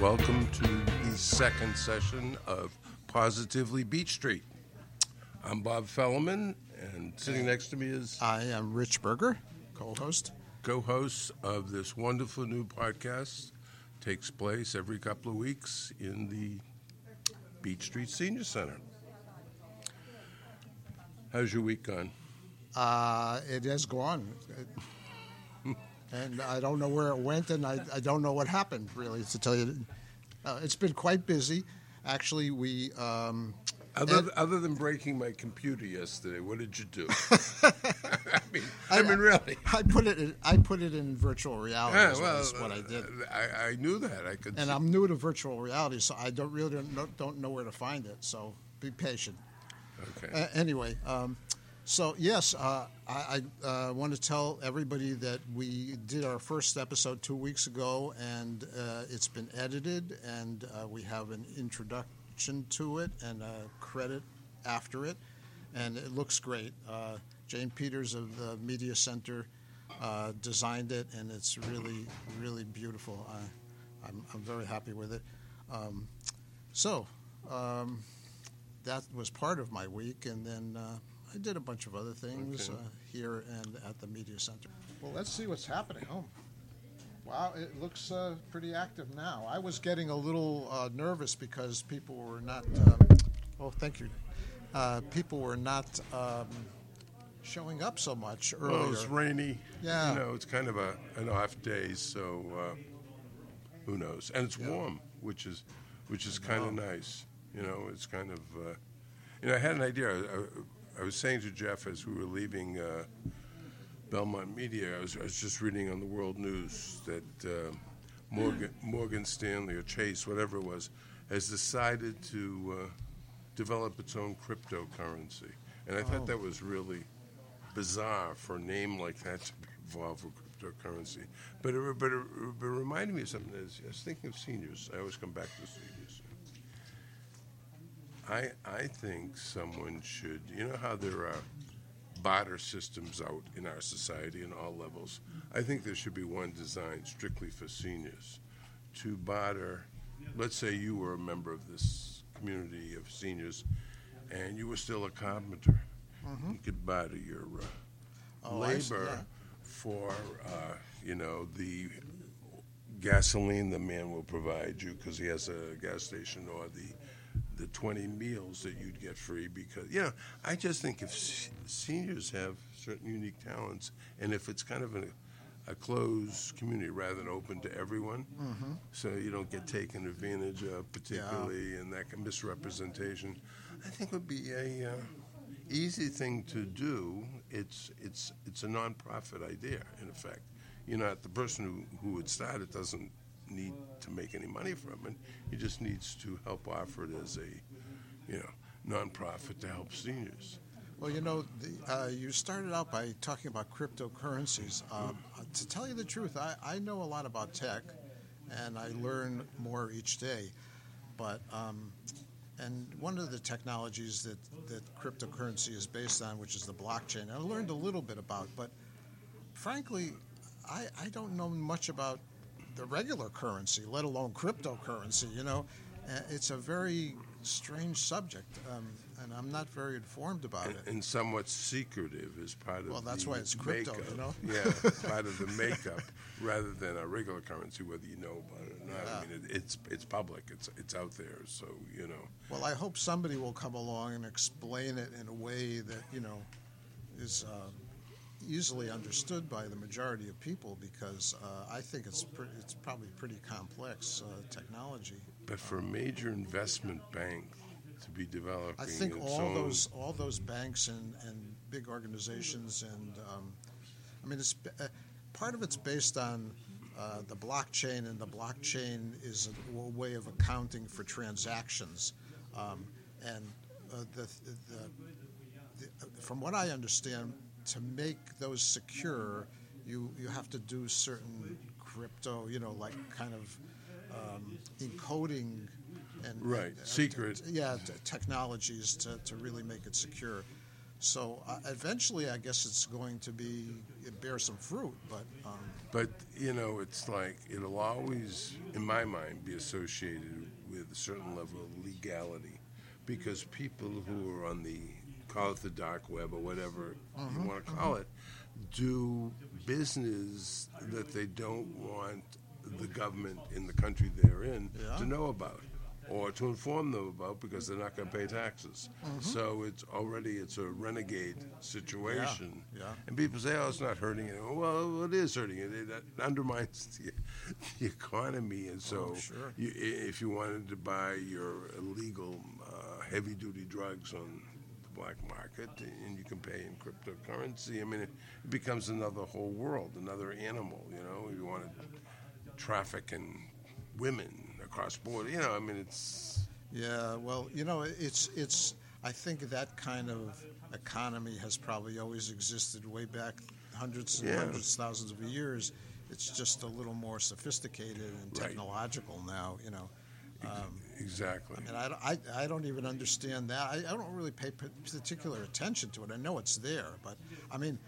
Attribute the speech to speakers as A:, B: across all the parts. A: welcome to the second session of Positively Beach Street. I'm Bob Fellman, and sitting next to me is
B: I am Rich Berger, co-host.
A: co host of this wonderful new podcast. Takes place every couple of weeks in the Beach Street Senior Center. How's your week gone?
B: Uh, it has gone, It- and I don't know where it went, and I, I don't know what happened. Really, to tell you, uh, it's been quite busy. Actually, we um,
A: Other, other than breaking my computer yesterday, what did you do? I mean, I, mean, really.
B: I put it in, I put it in virtual reality.
A: Yeah,
B: is,
A: well, uh,
B: is what I did,
A: I, I knew that. I could.
B: and I'm new to virtual reality, so I don't really don't know, don't know where to find it. So be patient.
A: okay.
B: Uh, anyway, um, so yes, uh, I, I uh, want to tell everybody that we did our first episode two weeks ago, and uh, it's been edited, and uh, we have an introduction to it and a credit after it, and it looks great. Uh, Jane Peters of the Media Center uh, designed it, and it's really, really beautiful. I, I'm, I'm very happy with it. Um, so, um, that was part of my week, and then uh, I did a bunch of other things
A: Okay.
B: uh, here and at the media center. Well, let's see what's happening. Oh, wow, it looks uh, pretty active now. I was getting a little uh, nervous because people were not. Um, oh, thank you. Uh, people were not um, showing up so much earlier.
A: Well, Oh, it's rainy.
B: Yeah.
A: You know, it's kind of a an off day, so uh, who knows? And it's
B: Yeah.
A: warm, which is which is kind of nice. You know, it's kind of. Uh, you know, I had an idea. I, I was saying to Jeff as we were leaving uh, Belmont Media, I was, I was just reading on the World News that uh, Morgan, Morgan Stanley or Chase, whatever it was, has decided to uh, develop its own cryptocurrency. And I
B: Oh.
A: thought that was really bizarre for a name like that to be involved with cryptocurrency. But it, re- but it, re- but it reminded me of something. As, I was thinking of seniors. I always come back to seniors. I, I think someone should, you know how there are barter systems out in our society in all levels? I think there should be one designed strictly for seniors to barter. Let's say you were a member of this community of seniors and you were still a carpenter. You could barter your uh,
B: Oh, I see,
A: labor
B: yeah.
A: for, uh, you know, the gasoline the man will provide you because he has a gas station or the the 20 meals that you'd get free because you know i just think if se- seniors have certain unique talents and if it's kind of a, a closed community rather than open to everyone so you don't get taken advantage of particularly and that kind of misrepresentation i think would be a uh, easy thing to do it's it's it's a nonprofit idea in effect you're not the person who, who would start it doesn't need to make any money from it. He just needs to help offer it as a, you know, nonprofit to help seniors.
B: Well, you know, the, uh, you started out by talking about cryptocurrencies. Um, to tell you the truth, I, I know a lot about tech, and I learn more each day. But um, and one of the technologies that that cryptocurrency is based on, which is the blockchain, I learned a little bit about. But frankly, I, I don't know much about the regular currency, let alone cryptocurrency. You know, Uh, it's a very strange subject, um, and I'm not very informed about
A: And,
B: it.
A: and somewhat secretive is part of
B: Well, that's
A: the
B: why it's crypto,
A: makeup.
B: you know?
A: yeah, part of the makeup rather than a regular currency, whether you know about it or not. I
B: Yeah.
A: mean, it, it's it's public. It's it's out there. So you know.
B: Well, I hope somebody will come along and explain it in a way that you know is uh, easily understood by the majority of people, because uh, I think it's pre- it's probably pretty complex uh, technology.
A: But for a major investment bank to be developing,
B: I think
A: its
B: all
A: own,
B: those all those banks and, and big organizations and um, I mean it's b- uh, part of it's based on uh, the blockchain and the blockchain is a w- way of accounting for transactions um, and uh, the, the, the, from what I understand to make those secure you you have to do certain crypto you know like kind of um, encoding and
A: Right,
B: and, uh,
A: secret.
B: yeah, t- technologies to, to really make it secure. So uh, eventually, I guess it's going to be it bear some fruit, but um,
A: But you know, it's like it'll always, in my mind, be associated with a certain level of legality, because people who are on the call it the dark web or whatever you want to call it, do business that they don't want the government in the country they're in
B: Yeah.
A: to know about or to inform them about because they're not going to pay taxes. So it's already it's a renegade situation.
B: yeah.
A: And people say, "Oh, it's not hurting it." Well, it is hurting it. It undermines the, the economy, and so
B: Oh, sure.
A: you, i- if you wanted to buy your illegal uh, heavy-duty drugs on the black market, and you can pay in cryptocurrency, I mean, it, it becomes another whole world, another animal. You know, if you want to traffic in women across border, you know, I mean, it's
B: yeah. Well, you know, it's it's. I think that kind of economy has probably always existed way back hundreds and
A: Yeah.
B: hundreds thousands of years. It's just a little more sophisticated and
A: Right.
B: technological now. You know.
A: exactly.
B: And I, don't- I, I don't even understand that. I, I don't really pay pa- particular attention to it. I know it's there, but I mean,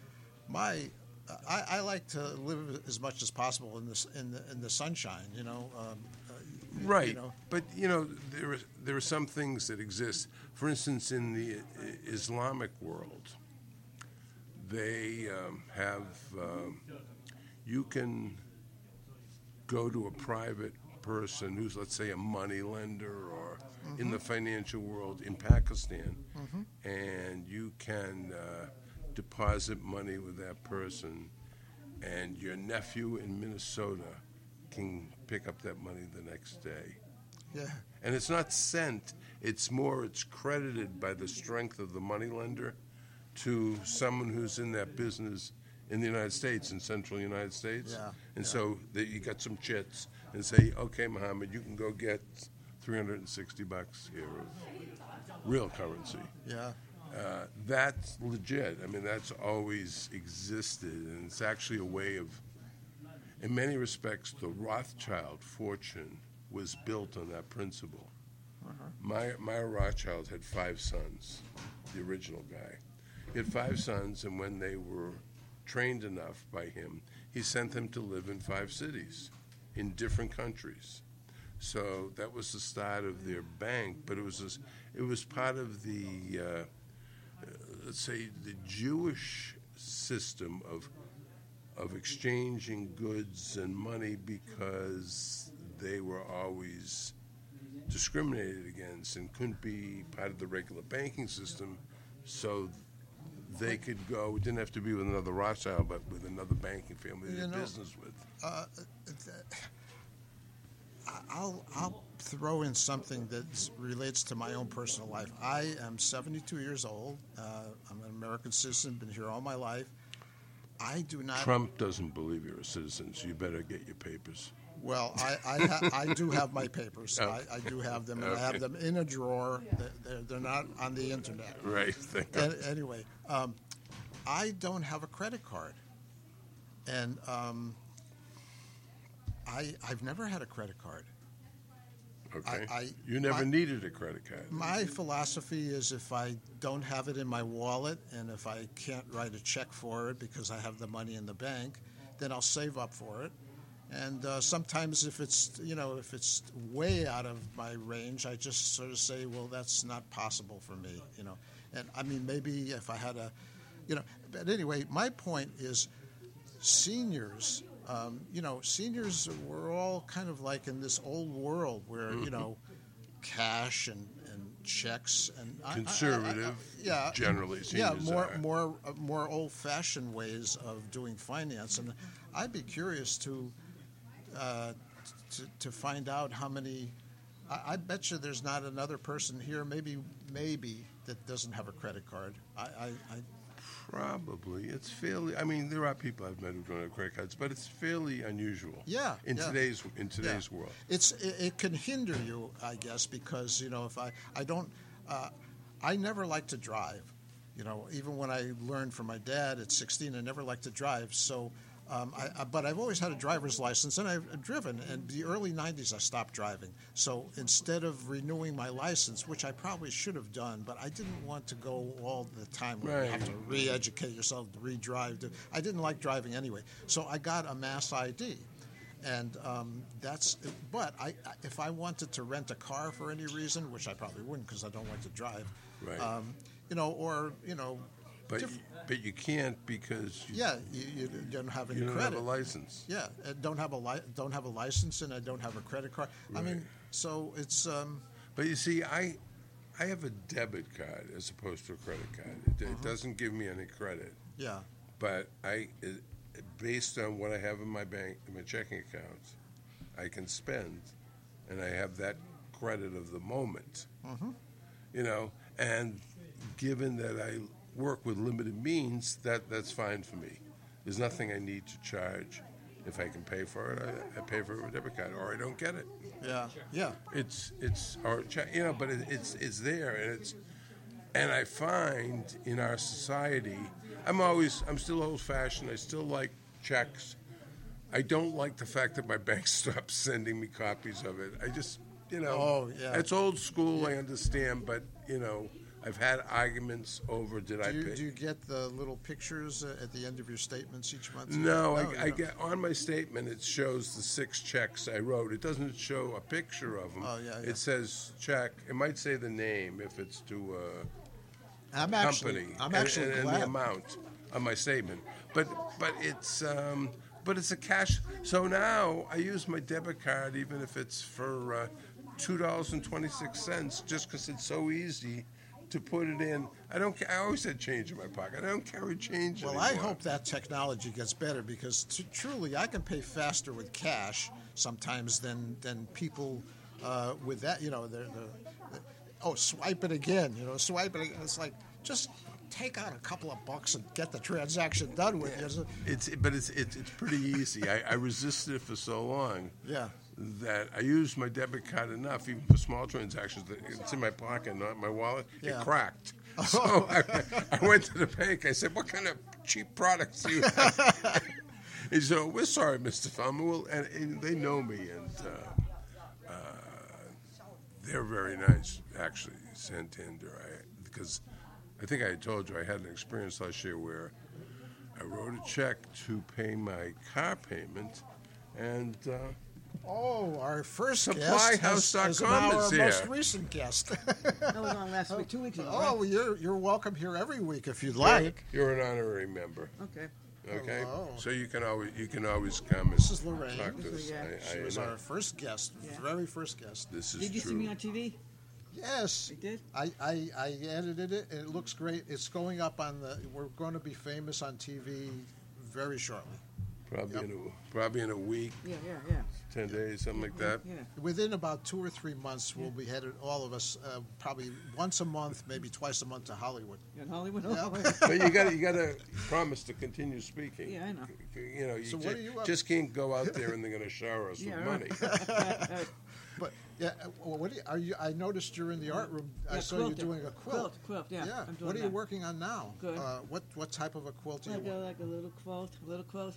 B: my, I, I like to live as much as possible in this in the in the sunshine. You know, um, uh, you
A: Right,
B: know.
A: but you know there are there are some things that exist. For instance, in the I- Islamic world, they um, have um, you can go to a private person who's let's say a money lender or in the financial world in Pakistan, and you can uh, deposit money with that person, and your nephew in Minnesota can pick up that money the next day.
B: yeah,
A: And it's not sent, it's more, it's credited by the strength of the moneylender to someone who's in that business in the United States, in central United States.
B: Yeah,
A: And
B: yeah.
A: so that you got some chits and say, okay, Mohammed, you can go get 360 bucks here of real currency.
B: yeah,
A: Uh, that's legit. I mean, that's always existed, and it's actually a way of, in many respects, the Rothschild fortune was built on that principle. My, my Rothschild had five sons, the original guy. He had five sons, and when they were trained enough by him, he sent them to live in five cities in different countries. So that was the start of their bank, but it was this, it was part of the uh, let's say the Jewish system of of exchanging goods and money because they were always discriminated against and couldn't be part of the regular banking system, so they could go. It didn't have to be with another Rothschild, but with another banking family they
B: You
A: did
B: know-
A: business with.
B: Uh, th- I- I'll I'll throw in something that relates to my own personal life. I am 72 years old. Uh, I'm an American citizen. Been here all my life. I do not.
A: Trump doesn't believe you're a citizen, so you better get your papers.
B: Well, I, I, ha- I do have my papers.
A: Okay.
B: I, I do have them, and
A: Oh.
B: I
A: Okay.
B: have them in a drawer. They're- They're, they're not on the internet.
A: Right. Thank God.
B: An- anyway, um, I don't have a credit card, and um, I I've never had a credit card.
A: Okay.
B: I-
A: you never
B: I-
A: needed a credit card.
B: My philosophy is if I don't have it in my wallet, and if I can't write a check for it because I have the money in the bank, then I'll save up for it. And uh, sometimes, if it's you know if it's way out of my range, I just sort of say, well, that's not possible for me, you know. And I mean, maybe if I had a, you know. But anyway, my point is, seniors, um, you know, seniors were all kind of like in this old world where you
A: Mm-hmm.
B: know, cash and, and checks and I- I- I- I-
A: Conservative,
B: yeah,
A: generally,
B: yeah,
A: seniors
B: more
A: are.
B: more uh, more old fashioned ways of doing finance, and I'd be curious to uh, to, to find out how many. I, I bet you there's not another person here, maybe maybe that doesn't have a credit card. I, I, I
A: Probably. It's fairly. I mean, there are people I've met who don't have credit cards, but it's fairly unusual.
B: Yeah,
A: In
B: yeah.
A: today's in
B: Yeah.
A: today's world.
B: It's it, it can hinder you, I guess, because you know if I I don't uh, I never like to drive, you know. Even when I learned from my dad at 16, I never liked to drive. So Um, I, I, but I've always had a driver's license, and I've driven. And the early '90s, I stopped driving. So instead of renewing my license, which I probably should have done, but I didn't want to go all the time where you have
A: Right.
B: to re-educate yourself, re-drive. to- I didn't like driving anyway, so I got a mass ID, and um, that's. But I, I- if I wanted to rent a car for any reason, which I probably wouldn't because I don't like to drive,
A: Right.
B: um, you know, or you know,
A: But,
B: diff-
A: you- but you can't because you,
B: yeah, you, you don't have any
A: you don't
B: credit.
A: have a license.
B: Yeah, I don't have a li- don't have a license and I don't have a credit card. I
A: Right.
B: mean, so it's um,
A: But you see, I, I have a debit card as opposed to a credit card. It,
B: Uh-huh.
A: it doesn't give me any credit,
B: yeah,
A: but I, it, based on what I have in my bank, in my checking account, I can spend, and I have that credit of the moment. You know, and given that I work with limited means, that that's fine for me. There's nothing I need to charge. If I can pay for it, I, I pay for it with a debit card, or I don't get it
B: yeah, yeah,
A: it's it's our cha- you know but it, it's it's there and it's and i find in our society i'm always i'm still old fashioned i still like checks i don't like the fact that my bank stopped sending me copies of it i just you know
B: Oh, yeah.
A: it's old school i understand but you know i've had arguments over did i
B: Do you,
A: pay
B: do you get the little pictures uh, at the end of your statements each month?
A: no,
B: you
A: I, I
B: don't.
A: get on my statement. It shows the six checks I wrote. It doesn't show a picture of them.
B: Oh, yeah, yeah.
A: It says check. It might say the name if it's to
B: I'm
A: a
B: actually,
A: company.
B: I'm
A: and-
B: actually
A: and, and,
B: glad.
A: the amount on my statement. But but it's um, but it's a cash. So now I use my debit card even if it's for uh, two dollars and twenty six cents, just because it's so easy. To put it in, I don't. ca- I always had change in my pocket. I don't carry change
B: well,
A: anymore.
B: I hope that technology gets better because t- truly, I can pay faster with cash sometimes than than people uh, with that. You know, they're, they're, oh, swipe it again. You know, swipe it. Again. It's like just take out a couple of bucks and get the transaction done with. you.
A: It's but it's it's, it's pretty easy. I, I resisted it for so long
B: Yeah.
A: that I used my debit card enough, even for small transactions. That it's in my pocket, not in my wallet.
B: Yeah.
A: It cracked. So I, I went to the bank. I said, "What kind of cheap products do you have?" he said, "Oh, "We're sorry, Mr. Thelma." Well, and, and they know me, and uh, uh, they're very nice, actually, Santander. I because I think I told you I had an experience last year where. I wrote a check to pay my car payment, and uh,
B: Oh, our first guest has,
A: Supplyhouse.com
B: is now our
A: is
B: most
A: here.
B: recent guest.
C: That was on last week, two weeks ago.
B: oh, you're you're welcome here every week if you'd like.
A: you're an honorary member.
C: right? Okay.
A: Okay,
B: Hello.
A: so you can always you can always come. And
B: This is Lorraine.
A: Talk to
C: This
A: us.
C: is- yeah.
A: I-
B: She
A: I
B: was
A: know.
B: our first guest,
C: Yeah.
B: very first guest.
A: This is
C: Did you
A: true.
C: see me on TV?
B: Yes,
C: You did?
B: I, I, I edited it and it looks great. It's going up on the. We're going to be famous on TV very shortly.
A: probably in a, probably in a week,
C: Yeah, yeah, yeah.
A: ten days, something like that.
C: Yeah.
B: Within about two or three months, we'll be headed all of us uh, probably once a month, maybe twice a month to Hollywood.
C: You're in Hollywood?
B: Yeah.
C: Oh, wait.
A: But you got to you got to promise to continue speaking.
C: Yeah, I know.
A: C- c- You know, you,
B: So
A: ju-
B: what are you up-
A: just can't go out there and they're going to shower us
C: Yeah,
A: with money.
C: right.
B: But yeah, uh, well, what do you, are you? I noticed you're in the art room. I
C: Yeah,
B: saw
C: quilting.
B: you doing a quilt.
C: Quilt, quilt, yeah, I'm doing
B: what are you
C: that.
B: working on now?
C: Good.
B: Uh, what what type of a quilt do you?
C: like, a,
B: want?
C: like a little quilt, a little quilt.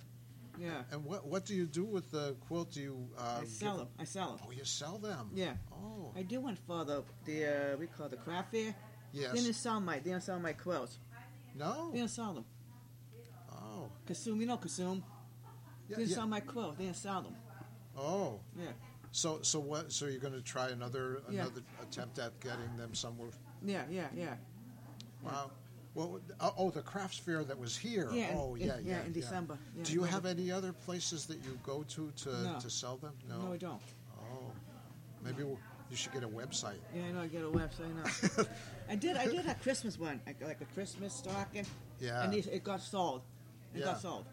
C: Yeah.
B: And what what do you do with the quilt? Do you? Uh,
C: I sell them. I sell them.
B: Oh, you sell them.
C: Yeah.
B: Oh,
C: I do one for the, the uh, we call it the craft fair.
B: yes.
C: They don't sell my, they don't sell my quilts.
B: No.
C: They don't sell them.
B: Oh.
C: Consume, you know, consume.
B: Yeah,
C: they don't
B: yeah.
C: sell my quilt. They don't sell them.
B: Oh.
C: Yeah.
B: So so what? So you're going to try another
C: Yeah.
B: another attempt at getting them somewhere?
C: Yeah, yeah, yeah.
B: Wow. Well, oh, oh, the crafts fair that was here.
C: Yeah, in-
B: oh,
C: in-
B: yeah,
C: yeah,
B: yeah,
C: in December. Yeah,
B: Do you
C: no,
B: have
C: but-
B: any other places that you go to to,
C: No.
B: to sell them?
C: No, I don't.
B: Oh, maybe we'll- you should get a website.
C: Yeah, I know. I get a website now. I did. I did a Christmas one, like- like a Christmas stocking.
B: Yeah.
C: And it, it got sold. It
B: Yeah.
C: got sold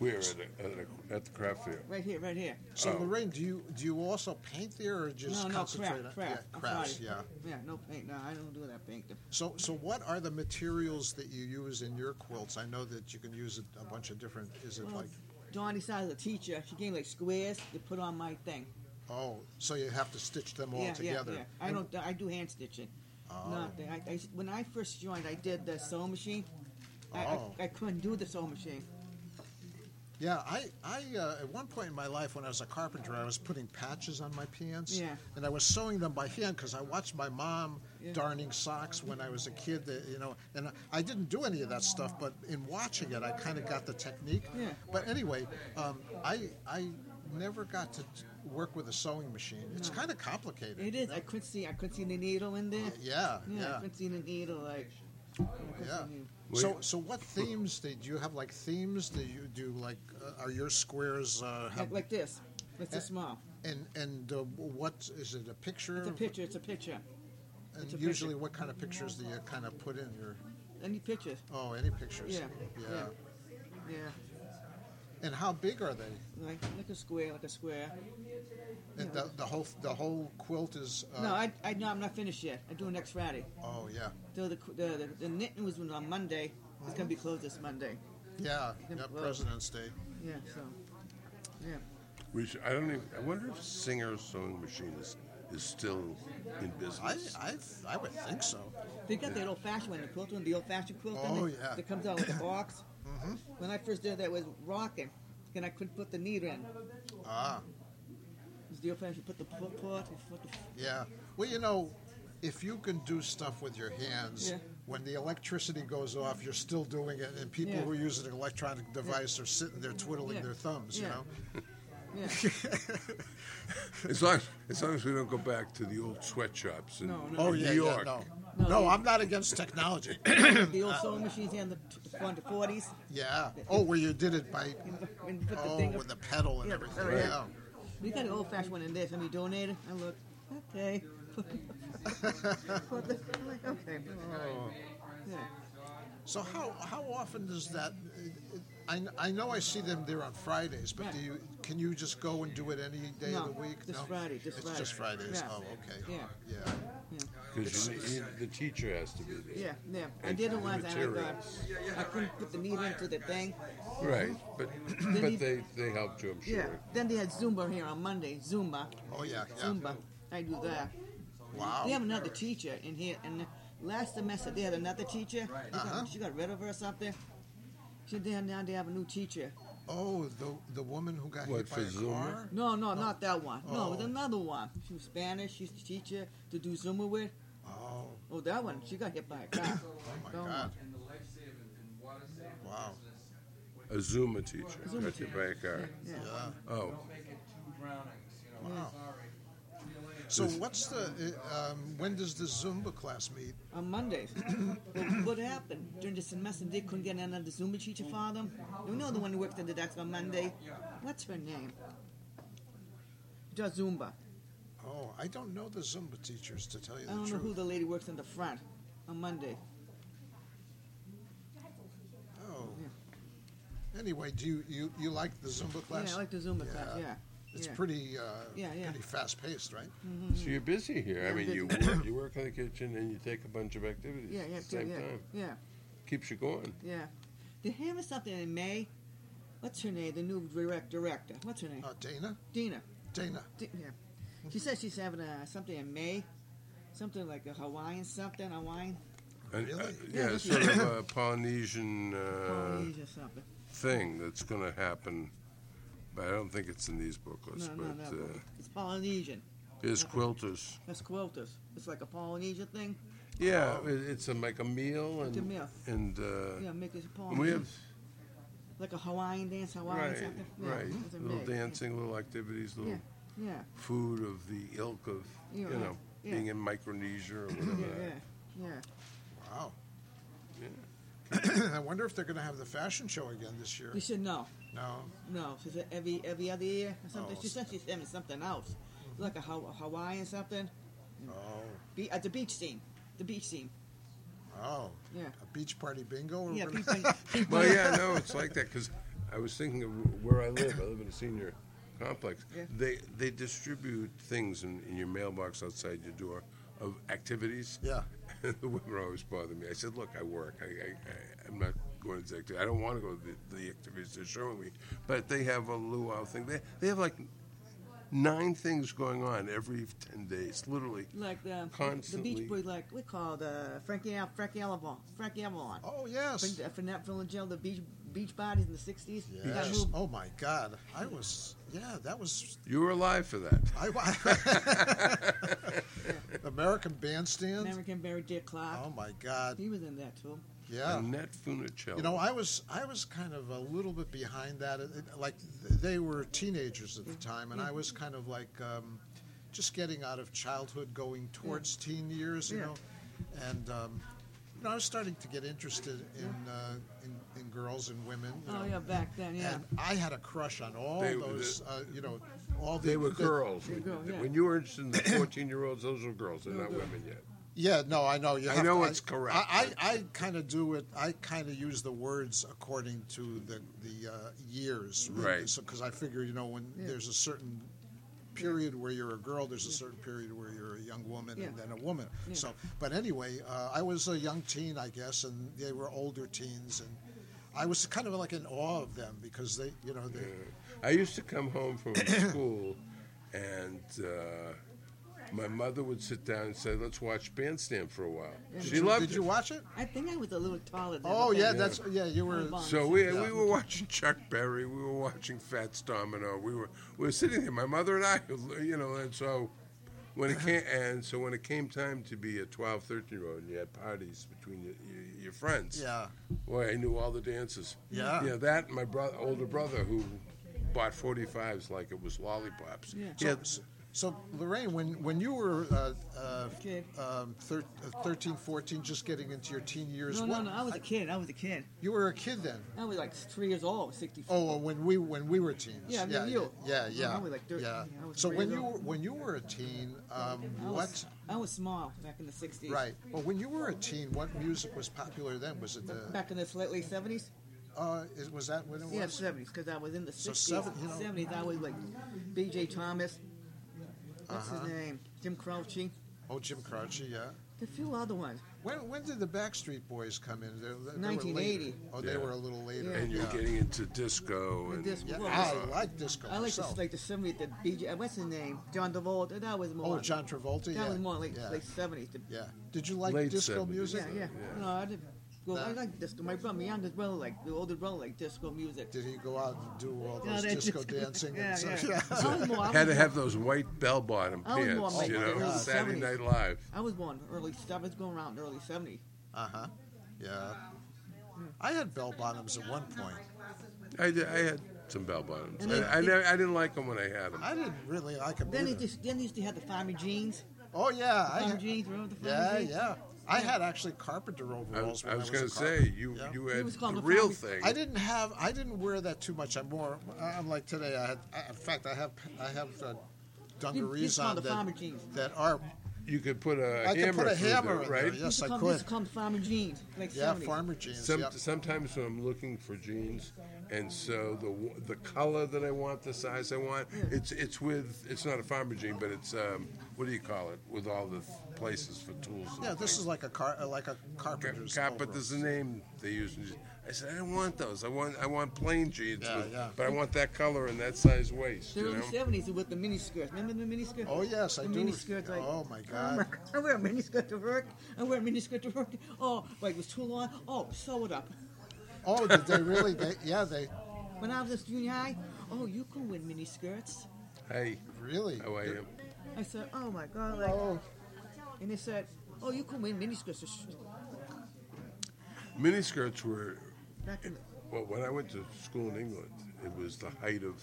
A: We're at, a, at, a, at the craft fair.
C: right here, right here.
B: So
A: Oh.
B: Lorraine, do you do you also paint there or just
C: no, no,
B: concentrate on
C: craft, craft.
B: Yeah,
C: I'm
B: crafts?
C: sorry.
B: Yeah.
C: Yeah, no paint. No, I don't do that painting.
B: So so what are the materials that you use in your quilts? I know that you can use a, a bunch of different. Is it
C: Well,
B: like
C: Donnie said as a teacher, she gave me like squares to put on my thing.
B: oh, so you have to stitch them all
C: yeah,
B: together? Oh.
C: yeah, yeah. I don't. I do hand stitching. Not the- I, I, when I first joined, I did the sewing machine. I,
B: Oh.
C: I, I couldn't do the sewing machine.
B: Yeah, I, I uh, at one point in my life when I was a carpenter, I was putting patches on my pants.
C: Yeah.
B: And I was sewing them by hand because I watched my mom
C: Yeah.
B: darning socks when I was a kid. That, you know, and I- I didn't do any of that stuff, but in watching it, I kind of got the technique.
C: Yeah.
B: But anyway, um, I I never got to t- work with a sewing machine. It's kind of complicated.
C: It is. I could see. I could see the needle in there.
B: Oh, Yeah.
C: Yeah, I
B: Yeah.
C: could see the needle. Like. I couldn't
B: Yeah.
C: see the-
B: So, so what themes did you have? Like themes? Do you do like? Uh, are your squares uh, have
C: Like, like this. It's
B: Eh.
C: a small.
B: And and uh, what is it? A picture?
C: It's a picture. It's a picture.
B: And
C: it's a
B: usually,
C: picture.
B: what kind of pictures do you kind of put in your?
C: Any picture.
B: Oh, any pictures?
C: Yeah.
B: Yeah.
C: Yeah. Yeah.
B: And how big are they?
C: Like like a square. Like a square.
B: And
C: Yeah.
B: the, the whole the whole quilt is. Uh,
C: no, I I no, I'm not finished yet. I do it next Friday.
B: Oh yeah.
C: So the the, the, the knitting was on Monday. It's gonna be closed this Monday.
B: Yeah.
C: Yeah,
B: Yeah.
C: well-
B: President's Day.
C: Yeah. So. Yeah.
A: We should, I don't even, I wonder if Singer Sewing Machine is, is still in
B: I
A: business.
B: I I would think so.
C: They got that old fashioned one, the quilt one, the old fashioned quilt.
B: Oh,
C: one that,
B: yeah. Mm-hmm.
C: That comes out with a box. When I first did that, it was rocking, and I couldn't put the needle in.
B: Ah.
C: It was the old fashioned. Put the put, put, put the.
B: Yeah. Well, you know, if you can do stuff with your hands,
C: Yeah.
B: when the electricity goes off, you're still doing it, and people
C: Yeah.
B: who use an electronic device are sitting there twiddling
C: Yeah.
B: their thumbs. You
C: Yeah.
B: know.
C: Yeah.
A: As long as, as long as we don't go back to the old sweatshops in
C: No, no.
B: Oh
A: New
B: yeah, yeah,
A: York.
B: no.
C: No,
B: no,
C: you-
B: I'm not against technology.
C: the old sewing machines and the one the forties.
B: yeah. Oh, where you did it by
C: And put the
B: oh
C: thing.
B: with the pedal and
C: Yeah,
B: everything.
C: right.
B: Yeah.
C: We got an old fashioned one in there. Somebody donated. I looked. Okay. Put the- I'm like, okay.
B: Oh.
C: Yeah.
B: So how how often does that? I, I know I see them there on Fridays, but do you can you just go and do it any day
C: No,
B: of the week?
C: just
B: no,
C: Friday, just
B: it's
C: Friday.
B: just Fridays.
C: Yeah.
B: Oh, okay.
C: Yeah.
B: Yeah.
A: Because the teacher has to be there.
C: Yeah, yeah. I
A: And
C: did it
A: the
C: once, and I got,
A: materials.
C: I couldn't put the needle into the thing.
A: Right, but
C: he-
A: but they, they helped you, I'm
C: Yeah.
A: sure.
C: Then they had Zumba here on Monday. Zumba,
B: Oh yeah. Yeah.
C: Zumba. I do that.
B: Wow.
C: They have another
B: Oh.
C: teacher in here, and last semester they had another teacher. They got-
B: Uh-huh.
C: She got rid of her or something. She then now they have a new teacher.
B: Oh, the the woman who got
A: What,
B: hit by
A: for
B: a
A: Zuma?
B: car.
C: No, no, not that one. No, it was
B: Oh.
C: another one. She was Spanish. She's the teacher to do Zumba with.
B: Oh,
C: Oh, that one. She got hit by a car.
B: oh my
C: That one.
B: God.
D: and the life saving and water saving
B: Wow.
D: business.
A: A Zuma teacher.
C: Zumba
A: Got hit by a car.
C: Yeah.
B: Yeah.
A: Oh,
D: Don't make it too Brownings, you know.
B: Wow.
D: Sorry. See you later.
B: So what's the uh, um, when does the Zumba class meet?
C: on Mondays. but what happened during the semester? They couldn't get another Zumba teacher for them. You know the one who worked at the desk on Monday. What's her name? Just Zumba.
B: Oh, I don't know the Zumba teachers to tell you
C: I
B: the
C: don't know
B: truth.
C: who the lady works in the front on Monday.
B: Oh. Anyway, do you, you you like the Zumba class?
C: Yeah, I like the Zumba class. Yeah.
B: It's
C: yeah.
B: pretty uh,
C: Yeah, yeah.
B: pretty fast paced, right?
A: so you're busy here. I
C: I'm
A: mean, you
C: busy.
A: work, you work in the kitchen and you take a bunch of activities
C: Yeah,
A: at
C: yeah,
A: the same
C: yeah,
A: time.
C: yeah,
A: Keeps you going.
C: yeah. They have something in May. What's her name? The new direct director. What's her name?
B: Uh, Dana,
C: Dina.
B: Dana.
C: Di- yeah. She said she's having uh something in May. Something like a Hawaiian something, Hawaiian.
A: And,
B: Really?
A: uh,
C: Yeah,
A: yeah,
C: that's
A: it's sort of a Polynesian uh,
C: Polynesian something.
A: thing that's going to happen. But I don't think it's in these booklets.
C: No, no,
A: but
C: no.
A: uh,
C: It's Polynesian.
A: here's quilters.
C: That's quilters. It's like a Polynesian thing.
A: Yeah, it, it's a, like a meal and
C: Oh. It's a meal.
A: and uh,
C: Yeah, make it
A: and we
C: Polynesian.
A: have
C: Like a Hawaiian dance, Hawaiian
A: right,
C: something. Yeah,
A: right,
C: it's a
A: little
C: big-
A: dancing, little activities, little
C: Yeah, yeah,
A: food of the ilk of
C: Yeah,
A: you
C: yeah,
A: know
C: yeah.
A: being in Micronesia or whatever.
C: yeah, yeah,
A: that-
C: yeah.
B: Wow.
A: Yeah.
B: I wonder if they're going to have the fashion show again this year.
C: You should know.
B: No.
C: No, she said every every other year or something.
B: Oh.
C: She said she's having something else, like a Haw- Hawaiian something.
B: Oh.
C: Be- at the beach scene, the beach scene.
B: Oh.
C: Yeah.
B: A beach party bingo. Or
C: Yeah,
B: whatever?
C: people, people
A: Well, yeah, no, it's like that because I was thinking of where I live. I live in a senior complex.
C: Yeah.
A: They they distribute things in, in your mailbox outside your door of activities.
B: Yeah.
A: the women always bother me. I said, "Look, I work. I, I, I I'm not going to the activity. I don't want to go to the, the activities they're showing me." But they have a luau thing. They they have like nine things going on every 10 days, literally.
C: Like the
A: Constantly.
C: the Beach Boy, like we called uh, Frankie Al Frankie Avalon, Frankie uh, Avalon.
B: Oh yes.
C: From, from that village jail, the beach beach bodies in the '60s. He got
B: Yes.
C: moved.
B: Oh my God! I was yeah. That was
A: You were alive for that.
B: I. American Bandstand.
C: American Barry Dick Clark.
B: Oh my God!
C: He was in that too.
B: Yeah.
A: Annette Funicello.
B: You know, I was I was kind of a little bit behind that. It- it- Like they were teenagers at the time, and I was kind of like um, just getting out of childhood, going towards teen years. You
C: Yeah.
B: know, and um, you know, I was starting to get interested in uh, in, in girls and women. You
C: Oh
B: know.
C: yeah, back then, yeah.
B: And I had a crush on all
A: They-
B: those, uh, you know, all the
A: they were
B: the-
A: girls.
C: They were girls, yeah.
A: When you were interested in the 14 year olds, those were girls. They're not women yet.
B: Yeah, no, I know. You
A: I
B: have
A: know
B: to-
A: it's correct,
B: I, I, I kind of do it. I kind of use the words according to the the uh, years,
A: Right.
B: Because I figure, you know, when
C: Yeah.
B: there's a certain period where you're a girl, there's a certain period where you're a young woman, and
C: Yeah.
B: then a woman.
C: Yeah.
B: So, but anyway, uh, I was a young teen, I guess, and they were older teens, and I was kind of like in awe of them because they, you know, they.
A: I used to come home from school, and uh, my mother would sit down and say, "Let's watch Bandstand for a while."
B: Did
A: She
B: you,
A: loved
B: Did
A: it.
B: you watch it?
C: I think I was a little taller. Than
B: Oh
C: the
B: yeah,
C: band.
B: that's yeah. You were.
C: Bond.
A: so we,
B: Yeah.
A: we were watching Chuck Berry, we were watching Fats Domino, we were we were sitting there, my mother and I, you know, and so when it came and so when it came time to be a 12, 13 year old, and you had parties between your, your, your friends,
B: Yeah.
A: boy, I knew all the dances.
B: Yeah.
A: yeah, that and my brother, older brother who bought 45s like it was lollipops.
C: Yeah.
A: He had-
B: So, so Lorraine, when when you were uh, uh,
C: Kid.
B: um, thir- uh, 13, 14, just getting into your teen years,
C: No, no,
B: what-
C: no. I was a kid. I was a kid.
B: you were a kid then.
C: I was like three years old, sixty-four.
B: Oh, well, when we when we were teens.
C: Yeah, I mean,
B: yeah,
C: you.
B: yeah, yeah.
C: I was like thirteen,
B: yeah.
C: I was
B: So
C: three
B: when
C: years
B: you were,
C: old.
B: when you were a teen, um,
C: I
B: what?
C: was, I was small back in the '60s.
B: Right. Well, when you were a teen, what music was popular then? Was it the?
C: Back in the late '70s.
B: Uh, is, was that when it was?
C: Yeah, seventies, because I was in the
B: So
C: sixties,
B: seven- you know-
C: seventies. I was like B.J. Thomas. What's
B: Uh-huh.
C: his name? Jim Croce.
B: Oh, Jim Croce. Yeah.
C: A few other ones.
B: When, when did the Backstreet Boys come in? They, they were later.
C: 1980.
B: Oh, they
A: Yeah.
B: were a little later.
A: and you're
B: yeah.
A: getting into disco and
C: disco.
B: Yeah,
C: Well,
B: I like disco.
C: I like the
B: myself.
C: like the seventies. The B.J. What's his name? John Travolta. That was more.
B: Oh, John Travolta.
C: That
B: yeah.
C: was more like
B: yeah.
C: late seventies.
B: yeah. Did you like
A: Late
B: disco
A: 70s.
C: Yeah,
B: music?
C: yeah.
A: Yeah.
C: No, I did. Well, I
B: That-
C: like disco. My brother, my youngest brother, like the older brother, like disco music.
B: Did he go out and do all
C: Yeah,
B: those
C: that
B: disco
C: disco-
B: dancing?
C: yeah,
B: and stuff?
C: yeah. I was more- I
A: had to
C: was
A: have those white bell bottom
C: I was
A: pants,
C: more like
A: you
C: the
A: know,
C: early
A: Saturday
C: 70s.
A: Night Live.
C: I was born early. I was going around early seventies.
B: Uh huh. Yeah. I had bell bottoms at one point.
A: I, did, I had some bell bottoms.
C: And
A: I,
C: they-
A: I, never, I didn't like them when I had them.
B: I didn't really like them.
C: Then they
B: either.
C: just then they used to have the Farmer jeans.
B: Oh yeah. I
C: Farmer
B: had,
C: jeans. Remember the Farmer
B: yeah,
C: jeans?
B: yeah. I had actually carpenter
A: I was,
B: overalls. when
A: I was
B: a
A: going to
B: carpenter.
A: say you
B: Yeah.
A: you
C: It
A: had
C: was called
A: the
C: the
A: real
C: Farmie-
A: thing.
B: I didn't have I didn't wear that too much. I'm more I'm like today. I had I, in fact I have I have uh, dungarees
C: call
B: on
C: the farmer
B: that,
C: jeans.
B: that are
A: You could put a
B: I
A: hammer
B: could put a
A: through
B: hammer
A: there,
B: in
A: right?
B: there. Yes,
C: used to
B: I
C: call,
B: could.
C: Used to call them farmer jeans. Like
B: Yeah,
C: 70s.
B: farmer jeans.
A: Some,
B: yep.
A: Sometimes when I'm looking for jeans, and so the w- the color that I want, the size I want, it's it's with it's not a farmer jean, but it's um, what do you call it? With all the th- places for tools. and
B: Yeah, this
A: things.
B: is like a car, uh, like a
A: Ca-
B: carpenter's.
A: ca- but there's a name they use. in jeans. I said I don't want those. I want I want plain jeans,
B: Yeah,
A: with-
B: yeah.
A: but I want that color and that size waist.
C: The
A: You
C: early
A: know?
C: seventies with the mini skirts. Remember the mini skirts?
B: Oh, yes, I
C: the
B: do.
C: Mini skirts, like,
B: Oh, my
C: Oh
B: God.
C: my God. I wear a mini skirt to work. I wear a mini skirt to work. Oh, like it was too long. Oh, sew it up.
B: overalls. Oh, did they really? They, yeah, they
C: When I was in junior high, oh, you can wear mini skirts.
A: Hey,
B: really.
A: how are you?
C: I said, oh my God, like,
B: Oh,
C: and they said, oh, you can wear mini skirts.
A: Miniskirts were
C: Back in the,
A: Well, when I went to school in England, it was the height of,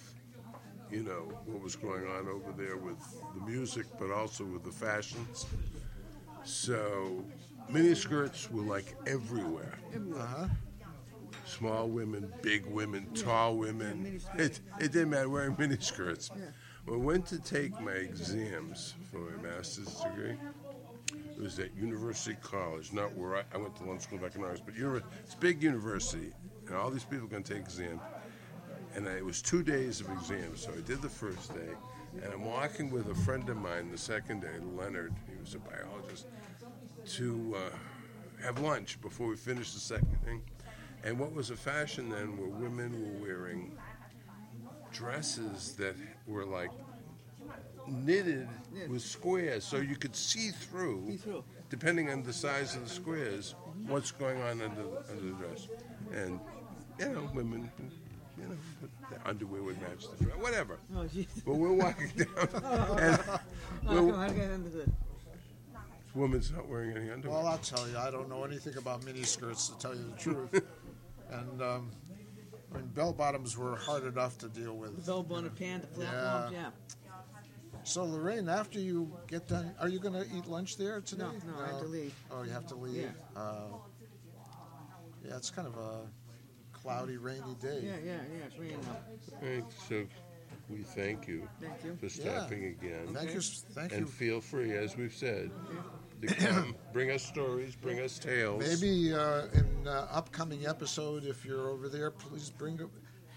A: you know, what was going on over there with the music, but also with the fashions. So, miniskirts were like everywhere.
C: everywhere.
B: uh-huh.
A: Small women, big women, tall women.
C: miniskirts.
A: It, it didn't matter wearing miniskirts.
C: Yeah.
A: When I went to take my exams for my master's degree, it was at University College, not where I, I went to London School of Economics, but univer- it's a big university, and all these people going to take exams. And I, it was two days of exams, so I did the first day, and I'm walking with a friend of mine the second day, Leonard, he was a biologist, to uh, have lunch before we finished the second thing. And what was a fashion then were women were wearing dresses that were like knitted
C: Yeah.
A: with squares, so you could see through,
C: See through.
A: depending on the size of the squares, what's going on under, under the dress. And, you know, women, you know, their underwear would match the dress, whatever.
C: Oh, jeez.
A: But we're walking down, and
C: Oh,
A: we're,
C: I got into the-
A: woman's not wearing any underwear.
B: Well, I'll tell you, I don't know anything about miniskirts to tell you the truth. and um, I mean, bell bottoms were hard enough to deal with.
C: Bell bonnet pant, the platforms,
B: Yeah.
C: yeah.
B: So Lorraine, after you get done, are you going to eat lunch there today?
C: No, no, I have to leave.
B: Oh, you have to leave. Uh, yeah, it's kind of a cloudy, rainy day.
C: Yeah, yeah, yeah, it's raining now.
A: Right, so we thank you
C: Thank you.
A: for stopping again.
B: Thank you, s- thank
A: and
B: you.
A: feel free, as we've said, to come, bring us stories, bring us tales.
B: Maybe uh, in uh, upcoming episode, if you're over there, please bring. a-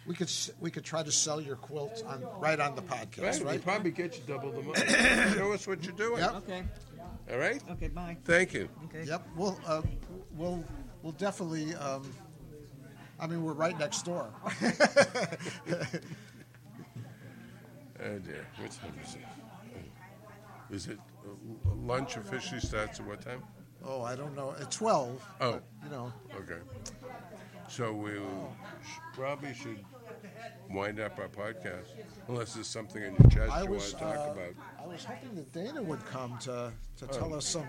B: We could s- we could try to sell your quilt on right on the
A: Right,
B: podcast,
A: we
B: right?
A: probably get you double the money. Show us what you're doing.
B: Yep.
C: Okay,
A: All right?
C: okay, bye.
A: Thank you.
C: Okay.
B: Yep. We'll uh, we'll we'll definitely. Um, I mean, we're right next door.
A: Oh dear. What time is it? Is it uh, lunch officially starts at what time?
B: Oh, I don't know. At twelve,
A: Oh,
B: you know.
A: okay. So we sh- probably should wind up our podcast, unless there's something in your chest
B: I
A: you want
B: was
A: to talk
B: uh,
A: about. Oh.
B: I was hoping that Dana would come to to tell us some.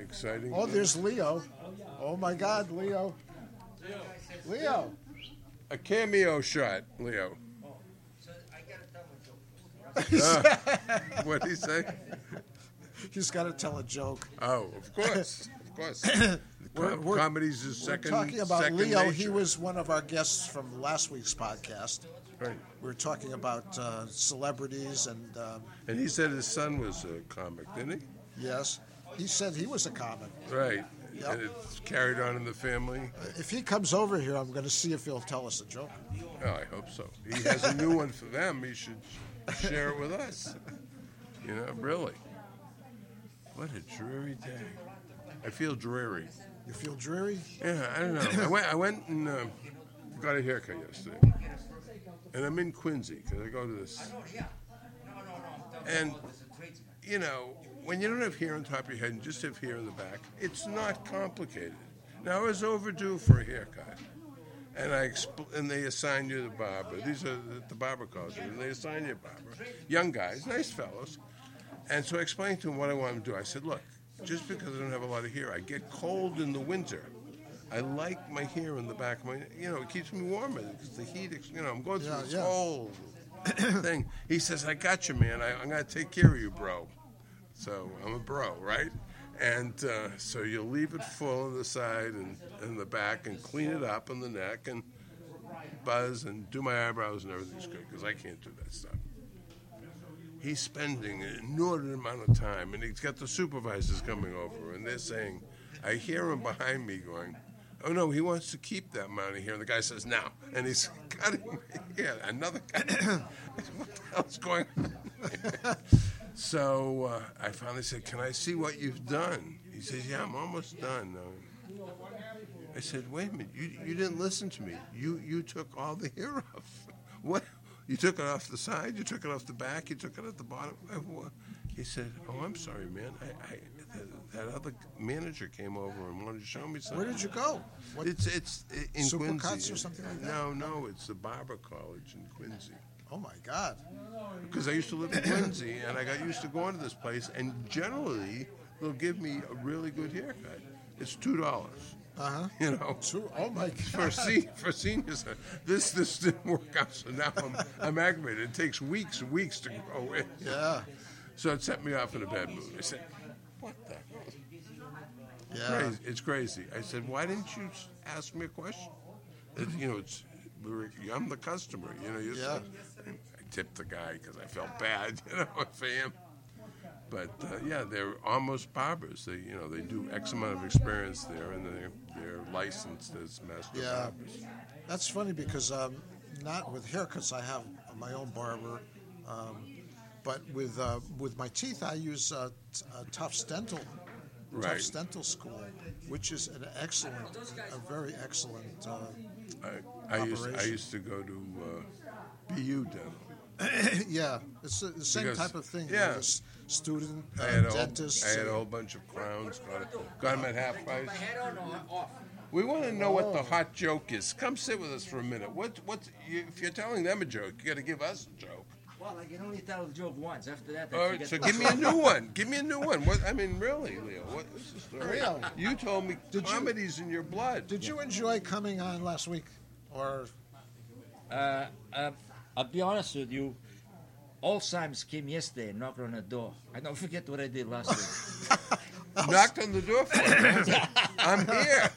A: Exciting.
B: Oh,
A: thing?
B: there's Leo. Oh my God, Leo. Leo.
A: a cameo shot, Leo.
B: Oh,
A: What did he say?
B: He's got to tell a joke.
A: Oh, of course, of course.
B: We're-
A: Com-
B: we're-
A: Comedy's his second.
B: we're talking about
A: second
B: Leo. He
A: nature.
B: was one of our guests from last week's podcast.
A: Right.
B: We were talking about uh, celebrities, and um,
A: And he said his son was a comic, didn't
B: yes, he said he was a comic.
A: he? Right.
B: Yep.
A: And it's carried on in the family.
B: If he comes over here, I'm going to see if he'll tell us a joke.
A: Oh, I hope so. He has a new one for them. He should share it with us. You know, really. What a dreary day. I feel dreary.
B: You feel dreary?
A: Yeah, I don't know. I went, I went and um, got a haircut yesterday, and I'm in Quincy because I go to this. And you know, when you don't have hair on top of your head and just have hair in the back, it's not complicated. Now I was overdue for a haircut, and I expl- and they assign you the barber. These are the, the barber calls you, and they assign you a barber. Young guys, nice fellows. And so I explained to him what I want him to do. I said, look, just because I don't have a lot of hair, I get cold in the winter. I like my hair in the back of my, you know, it keeps me warmer because the heat, ex- you know, I'm going through
B: Yeah,
A: this
B: yeah.
A: whole thing. He says, I got you, man. I, I'm going to take care of you, bro. So I'm a bro, right? And uh, so you leave it full on the side and, and the back and clean it up on the neck and buzz and do my eyebrows and everything's good because I can't do that stuff he's spending an inordinate amount of time, and he's got the supervisors coming over, and they're saying, I hear him behind me going, Oh no, he wants to keep that amount of hair. And the guy says, No. And he's cutting my hair. Another guy. I said, what the hell's going on? so uh, I finally said, Can I see what you've done? He says, Yeah, I'm almost done. Uh, I said, Wait a minute, you, you didn't listen to me. You, you took all the hair off. What? You took it off the side, you took it off the back, you took it off the bottom. Uh, wha- He said, Oh, I'm sorry, man. I, I, that, that other manager came over and wanted to show me something.
B: Where did you go? What,
A: It's it's i- in
B: Supercuts
A: Quincy.
B: or something like that?
A: No, no, it's the Barber College in Quincy.
B: oh my God!
A: Because I used to live in Quincy, and I got used to going to this place, and generally they'll give me a really good haircut. It's two dollars.
B: Uh huh.
A: You know.
B: True. Oh my
A: For
B: God!
A: se- for seniors, uh, this this didn't work out, so now I'm, I'm aggravated. It takes weeks and weeks to grow in.
B: Yeah.
A: So it set me off in a bad mood. I said, "What the hell?"
B: Yeah.
A: Crazy. It's crazy. I said, why didn't you s- ask me a question? It- you know, it's we were, I'm the customer. You know, you
B: Yeah.
A: I tipped the guy because I felt bad, you know, for him. But uh, yeah, they're almost barbers. They, you know, they do X amount of experience there, and they're they're licensed as master
B: Yeah.
A: barbers.
B: That's funny because um, not with haircuts. I have my own barber, um, but with uh, with my teeth, I use uh, t- uh, Tufts Dental.
A: Right.
B: Tufts Dental School, which is an excellent, a very excellent. Uh,
A: I, I used I
B: Operation.
A: used to go to uh, BU Dental.
B: yeah, it's the the same
A: Because-
B: type of thing. you know,
A: yeah.
B: this student, uh,
A: I had a whole,
B: dentist.
A: I had a
B: uh,
A: whole bunch of crowns. Got, got them at half price.
E: My head on or off?
A: We want to know what the hot joke is. Come sit with us for a minute. What what's you, if you're telling them a joke, you got to give us a joke.
E: Well, I can only tell the joke once. After that, I
A: All right,
E: forget
A: so
E: the
A: give me a new one. Give me a new one. What I mean, really, Leo? What is the story?
B: Leo.
A: you told me
B: Did you-
A: comedy's in your blood.
B: did you enjoy coming on last week? Or
E: Uh, uh, I'll be honest with you. Alzheimer's came yesterday and knocked on the door. I don't forget what I did last week.
A: Knocked on the door for me. I'm here.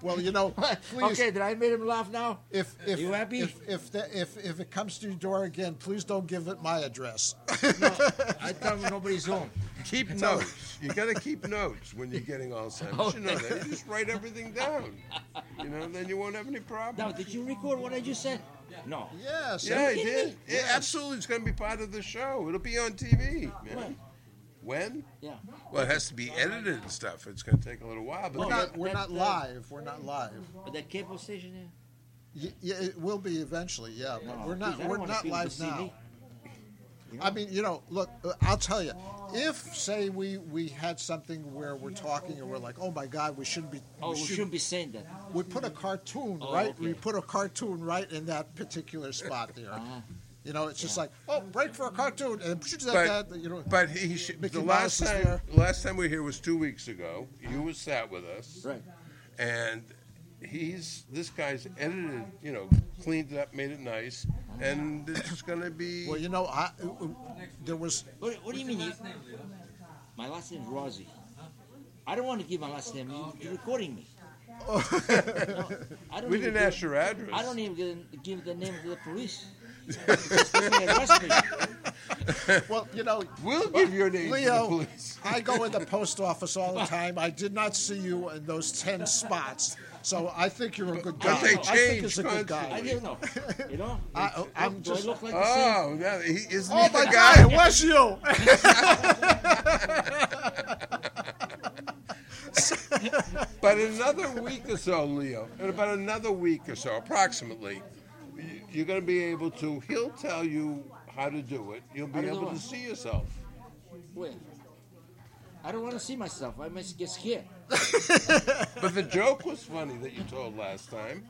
B: well, you know, please,
E: okay, did I made him laugh now?
B: if if
E: You happy?
B: if if, that, if if it comes to your door again, please don't give it my address.
E: I tell him nobody's home.
A: Keep notes. You got to keep notes when you're getting Alzheimer's. You know that. You just write everything down. You know, then you won't have any
E: Now,
A: problems.
E: did you record what I just said? No.
B: yes.
A: Yeah, I
E: kidding
A: did.
E: me?
A: Yeah, absolutely. It's going to be part of the show. It'll be on TV. Man. When?
E: Yeah.
A: Well, it has to be edited and stuff. It's going to take a little while, but
B: We're
A: the-
B: not, we're not live. We're not live.
E: But that cable station there?
B: Y- yeah, it will be eventually. Yeah, but we're not.
E: Geez, I don't
B: We're
E: want
B: not
E: people to
B: live
E: see
B: now.
E: me.
B: I mean, you know, look, uh, I'll tell you, if say we we had something where we're talking and we're like, oh my God, we shouldn't be.
E: Oh, we
B: should-
E: shouldn't be saying that.
B: We put a cartoon
E: Oh,
B: right. We
E: okay.
B: put a cartoon right in that particular spot there.
E: Uh-huh.
B: You know, it's just like, oh, break for a cartoon, and
A: But-
B: that, that, you know.
A: But he should,
B: Mickey
A: the last
B: Mouse is
A: time
B: there.
A: last time we were here was two weeks ago. You was sat with us,
E: Right.
A: And he's this guy's edited, you know, cleaned it up, made it nice, and it's going to be.
B: well, you know, I uh, uh, there was
E: What, what do you mean? You, my last name's Rossi. I don't want to give my last name. You, you're recording me. No, I don't
A: we
E: even
A: didn't ask
E: give-
A: your address.
E: I don't even give, give the name to the police. Just when they arrest me.
B: well, you know,
A: We'll give your name
B: Leo.
A: to the police.
B: I go in the post office all the time. I did not see you in those ten spots, so I think you're a good guy.
A: But they
B: I think it's
A: change
B: a good guy.
E: I don't know. You know?
B: I- I'm
E: do
B: just-
E: I look like the same?
A: Oh, no, he, isn't
B: Oh
A: he
B: my
A: the
B: God,
A: guy?
B: it was you.
A: But another week or so, Leo, in about another week or so, approximately, you- you're going to be able to. He'll tell you how to do it. You'll
E: How
A: be
E: to do
A: able to
E: what?
A: see yourself.
E: Wait. I don't want to see myself. I must get scared.
A: But the joke was funny that you told last time.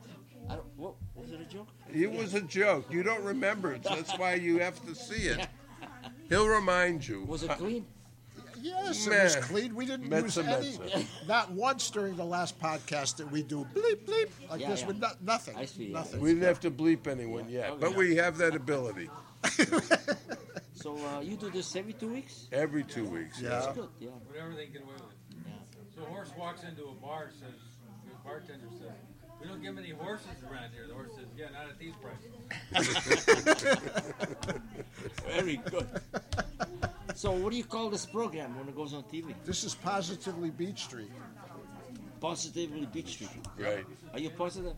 E: I don't, what, was it a joke?
A: It was a joke. You don't remember it, so that's why you have to see it. He'll remind you. Uh,
E: Was it clean?
B: Yes, it was
A: Meh.
B: clean. We didn't
A: Mezza,
B: use any,
A: mezza.
B: not once during the last podcast that we do bleep bleep like
E: Yeah,
B: this
E: yeah.
B: with no, nothing.
E: I see, yeah.
B: Nothing.
A: We didn't have to bleep anyone yet, but we have that ability
E: So uh, you do this every two weeks?
A: every two weeks.
B: Yeah.
E: That's good, yeah.
D: Whatever they can get away with.
E: yeah.
D: So a horse walks into a bar, says, the bartender says, we don't give any horses around here. The horse says, yeah, not at these prices.
E: Very good. So, what do you call this program when it goes on TV?
B: This is positively Beach Street.
E: Positively Beach Street.
A: Right.
E: Are you positive?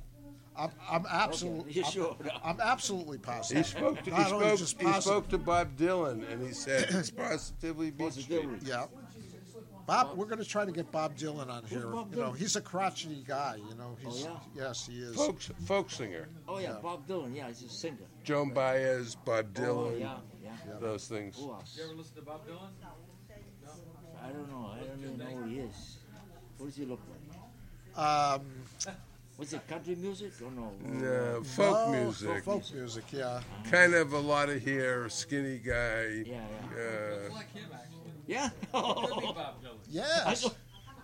B: I'm, I'm absolutely.
E: You sure?
B: I'm, I'm absolutely
A: He
B: positive.
A: spoke, to, he,
B: Not only
A: spoke,
B: just
A: he
B: positive.
A: spoke to Bob Dylan and he said, it's positively Beach Street.
E: Positively.
B: Yeah. Bob, we're going to try to get Bob Dylan on here.
E: Bob
B: You know,
E: Dylan?
B: he's a crotchety guy. You know, he's
E: yeah?
B: yes, he is.
A: Folk, folk singer.
E: Oh, yeah, Bob Dylan. Yeah, he's a singer.
A: Joan Baez, Bob
E: Oh,
A: Dylan,
E: yeah, yeah.
A: those things.
E: Who else?
D: You ever listen to Bob Dylan?
E: I don't know. I don't even know who he is. What does he look like?
B: Um,
E: Was it country music or no?
A: No, folk
B: oh,
A: music.
B: Folk music. Yeah.
A: Kind of a lot of hair, skinny guy.
E: Yeah,
D: It's
A: Uh,
D: like him, actually.
E: yeah.
D: Could
B: Oh.
D: be
E: Yeah?
D: Bob Dylan.
B: Yes.
E: know.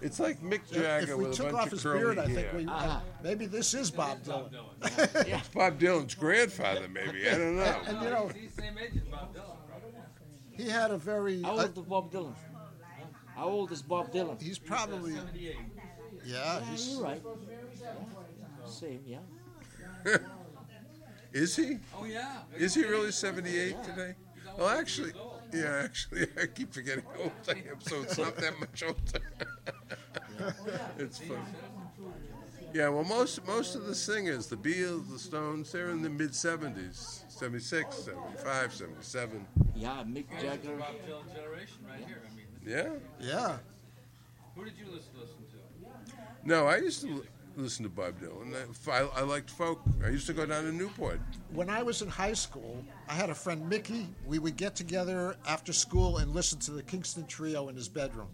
A: it's like Mick
B: If,
A: Jagger
B: if we
A: with a
B: took
A: bunch
B: off
A: of
B: his
A: curly
B: beard, I
A: hair.
B: think we
E: Uh-huh.
B: maybe this is Bob
D: It's
B: Dylan.
D: Bob Dylan.
A: It's Bob Dylan's grandfather, maybe. I don't know.
B: And you know,
D: He's the same age as Bob Dylan, probably.
B: he had a very.
E: How
B: uh,
E: old is Bob Dylan? How old is Bob Dylan?
B: He's probably
D: Seventy-eight.
B: yeah.
E: Yeah,
B: He's
E: you're right. Yeah. Same, yeah.
A: Is he?
D: Oh, yeah.
A: Is he really 78 today? Well, actually, yeah, actually, I keep forgetting how old I am, so it's not that much older. it's funny. Yeah, well, most most of the singers, the Beatles, the Stones, they're in the mid 70s 76, 75, 77.
E: Yeah, Mick Jagger.
D: Bob Dylan generation right here. I mean,
A: Yeah.
B: yeah.
D: who did you listen, listen to?
A: No, I used to. listen to Bob Dylan. I, I liked folk. I used to go down to Newport.
B: When I was in high school, I had a friend, Mickey. We would get together after school and listen to the Kingston Trio in his bedroom,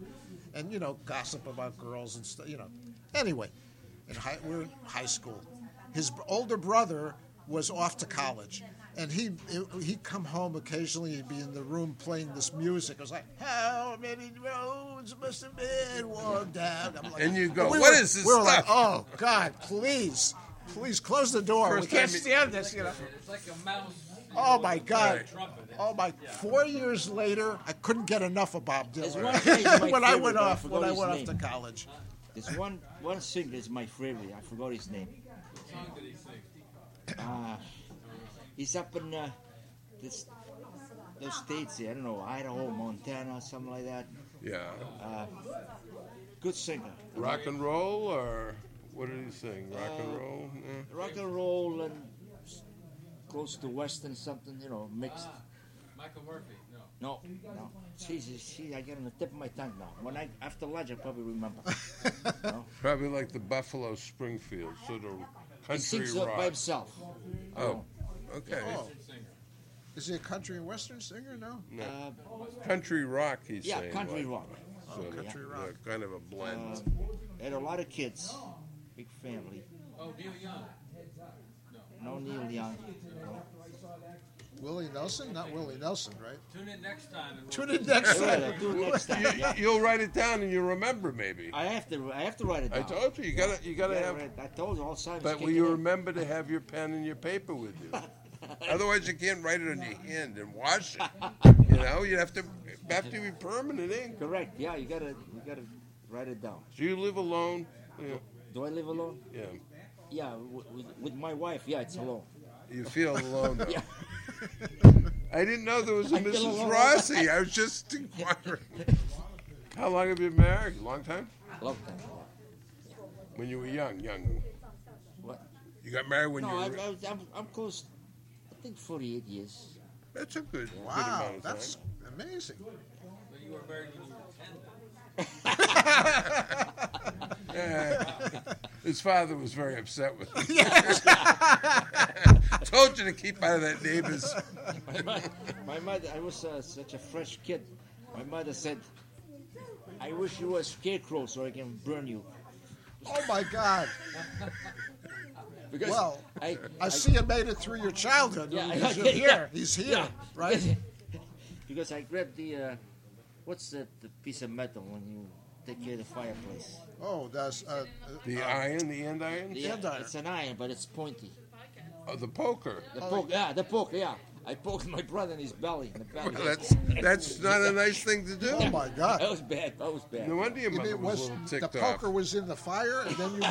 B: and you know, gossip about girls and stuff. You know, anyway, in high, we we're in high school. His older brother was off to college, and he he'd come home occasionally. He'd be in the room playing this music. It was like, how many roads must have been worn down? I'm like,
A: And you go,
B: we
A: "What
B: were-
A: is this
B: We were like,
A: stuff?"
B: oh God, please, please close the door.
A: First
B: we can't
A: time it-
B: stand this. You know.
D: It's like a mouse. you
B: Oh
D: know,
B: my
D: with a
B: God.
D: Trumpet. It's-
B: Oh my!
D: yeah.
B: Four years later, I couldn't get enough of Bob
E: There's
B: Dylan.
E: one phrase in my
B: when I went
E: favorite, but I
B: off, when
E: forgot
B: I
E: his
B: went off
E: name.
B: to college,
E: There's one one singer is my favorite. I forgot his name.
D: What song did he sing?
E: Uh, he's up in uh, this those states. There. I don't know Idaho, Montana, something like that.
A: Yeah.
E: Good singer.
A: Rock and roll, or what did he sing? Rock and roll? Eh.
E: Rock and roll and s- close to western something. You know, mixed.
A: Ah.
D: Michael Murphy. No.
E: No, no. Jesus, see, I get on the tip of my tongue now. When I after lunch, I probably remember. no?
A: Probably like the Buffalo Springfield, sort of
E: He
A: country
E: sings uh, by
A: rock.
E: himself.
A: Oh, okay.
B: Oh.
D: Good singer.
B: is he a country and western singer? No,
A: No.
E: Uh,
A: Country rock, he's
E: yeah,
A: saying.
E: country
A: like,
E: rock. Uh,
A: sort of,
B: Oh, country
A: yeah,
B: rock.
A: kind of a blend.
E: Had a lot of kids, big family.
D: Oh, Neil Young.
E: No Neil Young.
B: Willie Nelson, not Willie Nelson, right?
D: Tune in next time. and we'll-
B: Tune in next
E: All right,
B: time.
E: I'll do it next time. Yeah.
A: You'll write it down and you'll remember, maybe.
E: I have to. I have to write it
A: I
E: down.
A: told you, you gotta, you gotta
E: Uh, Yeah,
A: have.
E: right. I told you all Simon's
A: But will
E: kicking
A: you
E: in.
A: remember to have your pen and your paper with you? Otherwise, you can't write it on your hand and wash it. You know, you have to have to be permanent ink.
E: Correct. Yeah, you gotta. You gotta write it down.
A: Do you live alone? Yeah.
E: Do I live alone?
A: yeah.
E: Yeah, w- with, with my wife. Yeah, it's alone.
A: You feel alone though.
E: Yeah.
A: I didn't know there was a
E: I feel
A: Mrs.
E: alone.
A: Rossi. I was just inquiring. How long have you been married? Long time?
E: Long time.
A: When you were young, young.
E: What?
A: You got married when
E: No,
A: you
E: I,
A: were.
E: I, I'm, I'm close. I think 48 years.
A: That's a good, good
B: Wow,
A: amount of
B: that's
A: time.
B: amazing.
D: But you were married when you were 10.
A: Yeah. His father was very upset with me. Told you to keep out of that neighbor's.
E: My mother, my mother I was uh, such a fresh kid. My mother said, I wish you were a scarecrow so I can burn you.
B: Oh my God!
E: Because
B: Well,
E: I,
B: I see you made it through your childhood.
E: Yeah,
B: because
E: yeah,
B: you're
E: yeah.
B: here. He's here,
E: Yeah.
B: right?
E: because I grabbed the, uh, what's that the piece of metal when you take care of the fireplace?
B: Oh, that's uh,
A: The iron, the end iron?
E: The-
B: Hand iron.
E: It's an iron, but it's pointy.
A: Oh, the poker.
E: The poke, yeah, the poke, yeah. I poked my brother in his belly, in the belly.
A: Well, that's that's not a nice thing to
B: oh
A: do.
B: my God!
E: that was bad. That was bad.
A: No wonder your
B: You mean
A: mother
B: it
A: was a
B: was
A: little
B: the
A: ticked off.
B: poker was in the fire, and then you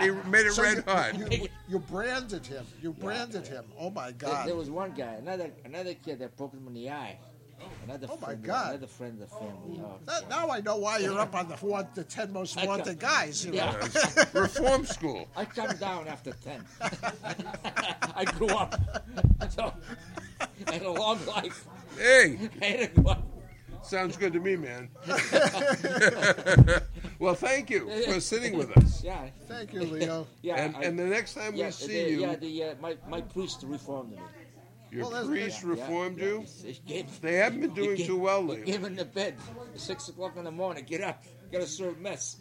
A: He made it
B: so
A: red
B: you,
A: hot.
B: You, you branded him. You branded him. Oh my
E: There- There,
B: God!
E: was one guy, another another kid that poked him in the eye. Another
B: Oh, my
E: friend,
B: God.
E: another friend of the family. Oh,
B: That- now I know why you're up on the one, the ten most
E: I
B: wanted
E: got-
B: guys. You know?
E: yeah.
A: Reform school.
E: I come down after 10. I grew up. So, I had a long life.
A: Hey,
E: I had a,
A: sounds good to me, man. well, thank you for sitting with us.
E: yeah.
B: Thank you, Leo.
E: Yeah.
A: And,
E: I-
A: and the next time
E: yeah,
A: we
E: the,
A: see
E: Yeah,
A: you,
E: the, uh, my, my priest reformed me.
A: your
B: Well, that's-
A: priest
E: Yeah,
A: reformed
E: yeah,
A: you.
E: he's- he gave-
A: They haven't been
E: he
A: doing
E: gave-
A: too well
E: He
A: lately.
E: gave him the bed. 6 o'clock in the morning. Get up. Gotta serve mess.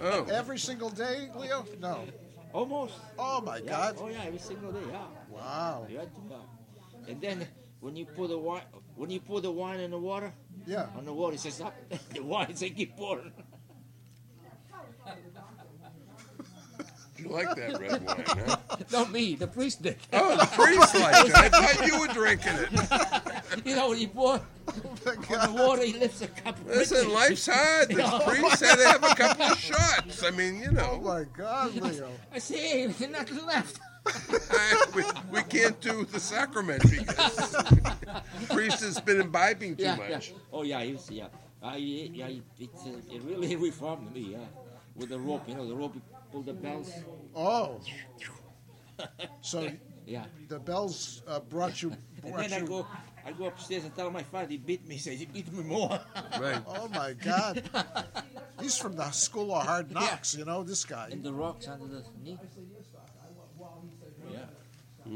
A: Oh,
B: Every single day, Leo? No.
E: Almost.
B: Oh my
E: Yeah.
B: God!
E: Oh, yeah, every single day, yeah.
B: Wow.
E: You had to, yeah. And then when you pour the wine, when you pour the wine in the water,
B: Yeah.
E: on the water it says up. the wine says keep pouring.
A: you like that red wine, huh?
E: Not me, the priest did.
A: Oh, the priest liked it. I thought you were drinking it.
E: you know when you pour the water, he lifts a cup. of
A: Oh Listen,
E: whiskey.
A: life's hard. The priest had to have a couple of shots. I mean, you
B: Oh
A: know,
B: my God, Leo.
E: I say, hey, there's nothing left.
A: I, we, we can't do the sacrament because priest has been imbibing too
E: yeah,
A: much.
E: yeah. Oh yeah, he was yeah. I, yeah, it, it, uh, it really reformed me. Yeah, with the rope, you know, the rope you pull the bells.
B: Oh. So
E: Yeah,
B: the bells uh, brought you
E: And
B: Bless
E: then I
B: you.
E: go, I go upstairs and tell my father he beat me. He says he beat me more.
A: Right.
B: Oh my God. He's from the school of hard knocks, you know, this guy.
E: and the rocks under the knee. Yeah.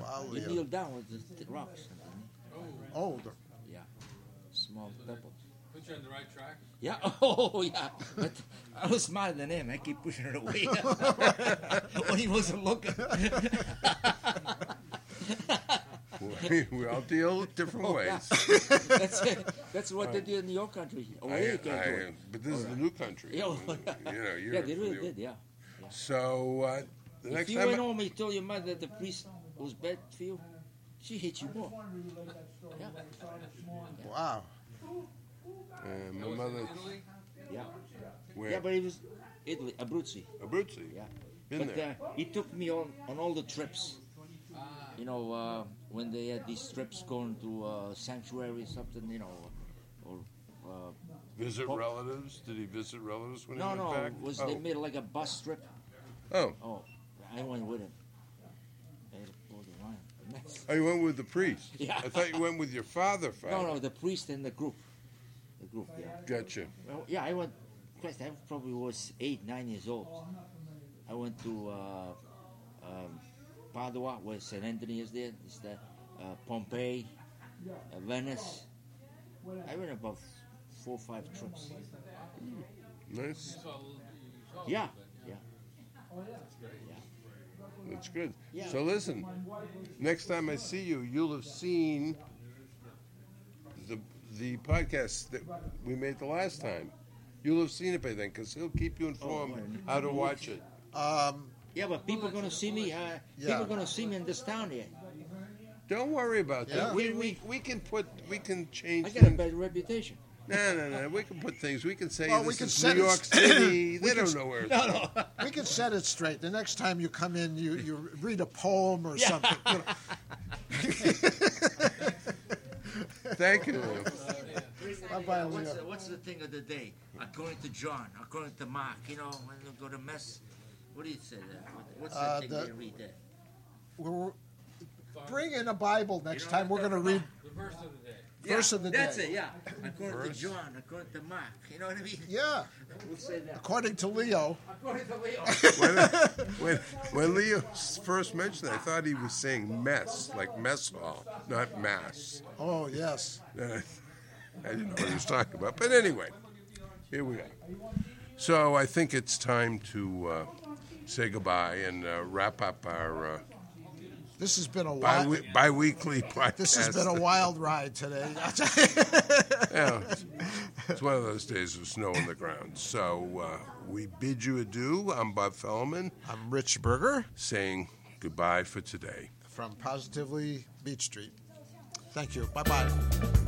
B: Wow,
E: You
B: Leo.
E: kneel down with the, the rocks. under the knee.
B: Oh, the-
E: Yeah. Small pebbles.
D: Put you on the right track.
E: Yeah. Oh, yeah. But I was smarter than him. I keep pushing it away when he wasn't looking.
A: We, we all deal different
E: Oh,
A: ways.
E: That's it. That's what they did in your country.
A: I-
E: Away you can't do
A: I-
E: it.
A: but this is the new country.
E: Yeah,
A: You
E: well,
A: know, you're
E: yeah, they really
A: familiar.
E: did. Yeah.
A: So uh, the
E: If
A: next
E: you went
A: time,
E: home and told your mother the priest was bad for you, she hit you more. Yeah.
B: wow.
A: uh,
D: That
A: my
D: was in
A: mother,
D: Italy.
E: Yeah.
A: where
E: Yeah, but it was Italy, Abruzzi.
A: Abruzzi,
E: Yeah.
A: been
E: but
A: there.
E: Uh, he took me on, on all the trips. You know, uh, when they had these trips going to uh, sanctuary something, you know, or uh,
A: Visit relatives? Did he visit relatives when
E: no,
A: he went
E: no,
A: back?
E: it was
A: oh.
E: they made like a bus trip?
A: oh,
E: Oh, I went with him. They pulled the line. Nice.
A: oh, you went with the priest.
E: Yeah.
A: I thought you went with your father. Father.
E: No, no, the priest and the group, the group. Yeah,
A: Gotcha.
E: well, yeah, I went. Christ, I probably was eight, nine years old. I went to uh, um, Padua, where Saint Anthony is there. It's the uh, Pompeii, uh, Venice. I went about four, or five trips.
A: Nice.
D: You saw a little bit. You saw a
E: Yeah,
D: little bit,
E: yeah.
A: That's good.
E: Yeah.
A: So listen, next time I see you, you'll have seen the the podcast that we made the last time. You'll have seen it by then, because he'll keep you informed
B: Oh,
E: right.
A: how to watch it.
B: Um,
E: Yeah, but people are gonna see me. Uh, People are gonna see me in this town here.
A: Don't worry about that.
B: Yeah.
A: We, we we can put we can change.
E: I got a
A: Things.
E: bad reputation.
A: No no no. We can put things. We can say
B: Well, we
A: this
B: can
A: is
B: set
A: New
B: it-
A: York City. they don't know where. It's from.
B: we can set it straight. The next time you come in, you, you read a poem or something. you know.
A: Thank you. Lou.
B: Bye-bye,
E: Uh, What's
B: Leo.
E: the, what's the thing of the day? According to John, according to Mark, you know, when they go to mess, what do you say there? What- What's the
B: Uh,
E: thing
B: the-
E: they read there?
B: We're, bring in a Bible next time. We're going to read
D: The verse of the day.
B: verse of the
E: that's
B: day.
E: it, yeah. According
A: Verse.
E: to John, according to Mark, you know what I mean?
B: Yeah,
E: We'll say that.
B: according to Leo.
E: According to Leo.
A: When, when Leo s- first mentioned it, I thought he was saying mess, like mess hall, not mass.
B: Oh, yes.
A: Uh, I didn't know what he was talking about. But anyway, here we are. So I think it's time to uh, say goodbye and uh, wrap up our uh,
B: This has been a wild.
A: bi- bi-weekly podcast.
B: This has been a wild ride today.
A: Yeah, it's- it's one of those days of snow on the ground. So uh, we bid you adieu. I'm Bob Fellman
B: I'm Rich Berger
A: saying goodbye for today.
B: from Positively Beach Street. Thank you. Bye bye.